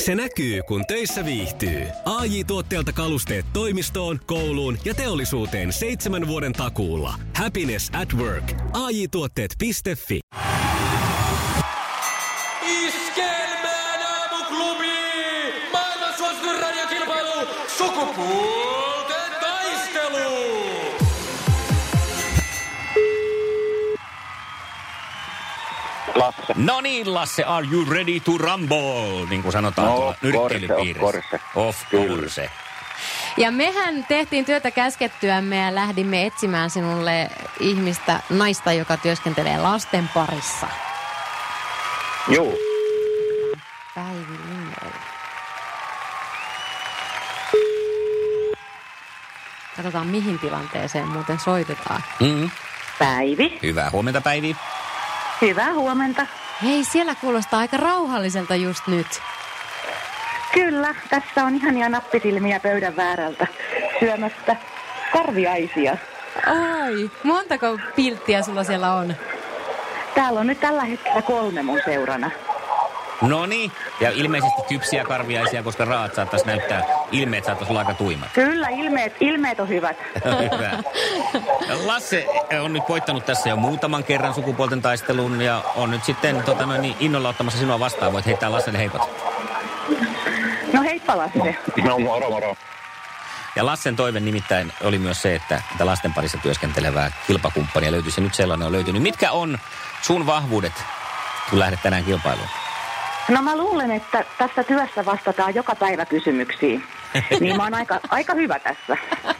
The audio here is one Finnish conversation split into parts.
Se näkyy, kun töissä viihtyy. ai tuotteelta kalusteet toimistoon, kouluun ja teollisuuteen seitsemän vuoden takuulla. Happiness at work. ai tuotteetfi Iskelmään aamuklubi! Maailman suosituin radiokilpailu! Sukupuolten taistelu! Lasse. No niin, Lasse, are you ready to rumble? Niin kuin sanotaan No, tuolla of course, nyrkkeilypiirissä. of course. Of Kyllä. course. Ja mehän tehtiin työtä käskettyämme ja lähdimme etsimään sinulle ihmistä, naista, joka työskentelee lasten parissa. Juu. Päivi linjoilla. Katsotaan, mihin tilanteeseen muuten soitetaan. Mm-hmm. Päivi. Hyvää huomenta, Päivi. Hyvää huomenta. Hei, siellä kuulostaa aika rauhalliselta just nyt. Kyllä, tässä on ihania nappisilmiä pöydän väärältä syömästä karviaisia. Oi, montako pilttiä sulla siellä on? Täällä on nyt tällä hetkellä kolme mun seurana. No niin, ja ilmeisesti kypsiä karviaisia, koska raat saattaisi näyttää, ilmeet saattaisi olla aika tuimat. Kyllä, ilmeet, ilmeet on hyvät. Hyvä. Lasse on nyt voittanut tässä jo muutaman kerran sukupuolten taistelun ja on nyt sitten tota noin, niin innolla ottamassa sinua vastaan. Voit heittää Lasselle heipot. No heippa Lasse. No moro moro. Ja Lassen toive nimittäin oli myös se, että tätä lasten parissa työskentelevää kilpakumppania löytyisi. Ja Nyt sellainen on löytynyt. Mitkä on sun vahvuudet, kun lähdet tänään kilpailuun? No mä luulen, että tässä työssä vastataan joka päivä kysymyksiin. Niin mä oon aika, aika hyvä tässä.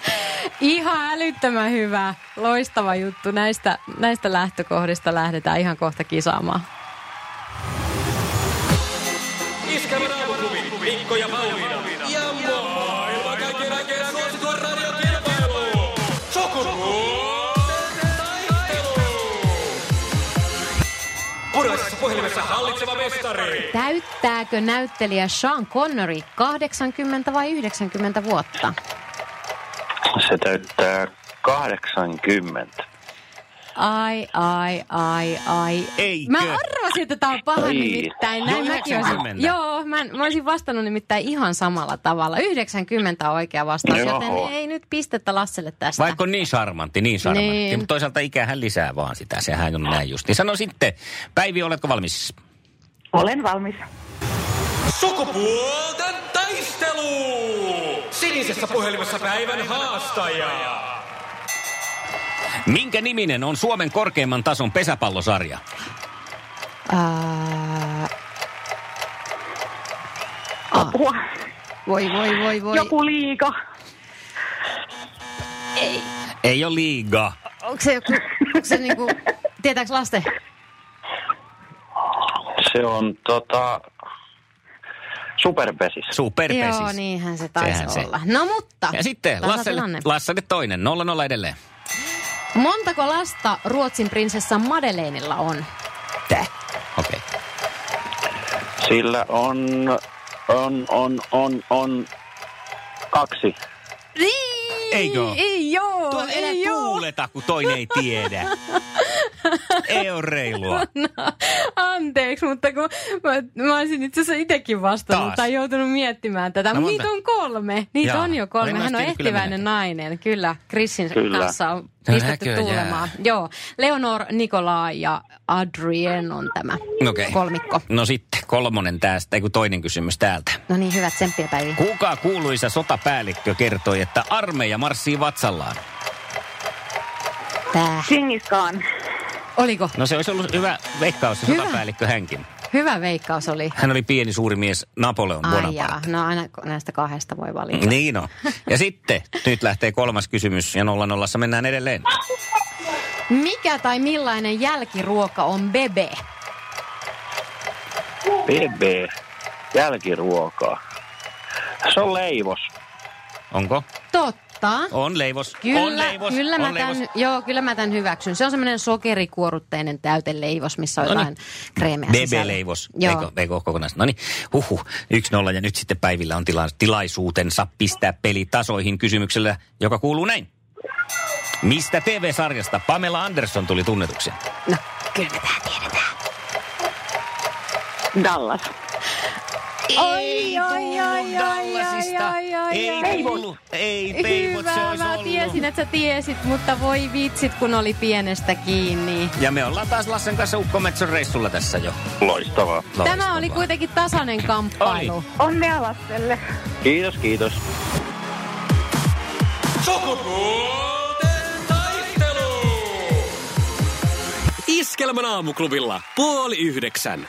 Ihan älyttömän hyvä, loistava juttu. Näistä, näistä lähtökohdista lähdetään ihan kohta kisaamaan. Iskelmän aamuklubi, Mikko ja Pauliina. Ja maailman kaikkien aikeen suosituin radiokilpailu! Sukupuolten taistelu! Puraisessa puhelimessa hallitseva mestari! Täyttääkö näyttelijä Sean Connery 80 vai 90 vuotta? Se täyttää 80. Ai, ai, ai, ai. Eikö? Niin. Mä arvasin, että tää on paha Ai. nimittäin. Näin Joo, mäkin 90. olisin, joo, mä, en- mä olisin vastannut nimittäin ihan samalla tavalla. 90 on oikea vastaus, Joo. joten ei nyt pistettä Lasselle tästä. Vaikka on niin charmantti, niin charmantti. Niin. Niin. Mutta toisaalta ikähän lisää vaan sitä, sehän on näin just. Niin sano sitten, Päivi, oletko valmis? Olen valmis. Sukupuolten taistelu! Sinisessä puhelimessa päivän haastaja! Minkä niminen on Suomen korkeimman tason pesäpallosarja? Ää, Apua. voi, voi, voi, voi. Joku liika. Ei ole liiga. Onko se joku, onko se niinku, tietääks lasten? Se on tota... Superpesis. Superpesis. Joo, niin. niinhän se siis. taisi Sehän se. olla. No mutta, Ja sitten Lasselle, tasatilanne. Lasselle toinen, 0-0 edelleen. Montako lasta Ruotsin prinsessa Madeleinilla on? Tää. Okei. Okay. Sillä on... On, on, on, on... Kaksi. Niin, Eikö oo? Ei joo, Tuo ei ei joo. tuuleta, kun toinen ei tiedä. ei ole reilua. Anteeksi, mutta kun mä, mä olisin itse asiassa itsekin vastannut Taas. tai joutunut miettimään tätä. No No, monta? niitä on kolme. Niitä Jaa. on jo No en kolme. mä Hän on tiedä kyllä menetä. ehtiväinen nainen. Kyllä, Krissin Kyllä. kanssa on No pistetty näköjään. tuulemaan. Joo, Leonor, Nikolaa ja Adrien on tämä Okei. kolmikko. No sitten, kolmonen tästä, ei kun toinen kysymys täältä. No niin, hyvät tsemppiä päiviä. Kuka kuuluisa sotapäällikkö kertoi, että armeija marssii vatsallaan? Tää. Singiskaan. Oliko? No se olisi ollut hyvä veikkaus, se Hyvä. sotapäällikkö hänkin. Hyvä veikkaus oli. Hän oli pieni suuri mies Napoleon Ai Bonaparte. jaa, no aina ko- näistä kahdesta voi valita. Niin on. Ja sitten, nyt lähtee kolmas kysymys ja nolla nollassa mennään edelleen. Mikä tai millainen jälkiruoka on bebe? BB. Jälkiruokaa. Se on leivos. Onko? Totta. On leivos. on Kyllä, leivos. kyllä, on mä leivos. tämän, joo, kyllä mä tämän hyväksyn. Se on semmoinen sokerikuorutteinen täyteleivos, missä on No niin. jotain kreemeä sisällä. BB-leivos, Joo. eikö, eikö ole kokonais? No niin, huhhuh, 1-0 ja nyt sitten Päivillä on tila, tilaisuutensa pistää peli tasoihin kysymyksellä, joka kuuluu näin. Mistä TV-sarjasta Pamela Anderson tuli tunnetuksi? No, kyllä me tää tiedetään. Dallas. Oi, oi, oi, oi, oi, Dallasista. oi, oi, Ei oi. tullut. Ei peivot, se Hyvä, olisi mä ollut. tiesin, että sä tiesit, mutta voi vitsit, kun oli pienestä kiinni. Ja me ollaan taas Lassen kanssa Ukkometson reissulla tässä jo. Loistavaa. Tämä oli kuitenkin tasainen kamppailu. Oli. Onnea Lasselle. Kiitos, kiitos. Sukupuolten taistelu! Iskelmän aamuklubilla puoli yhdeksän.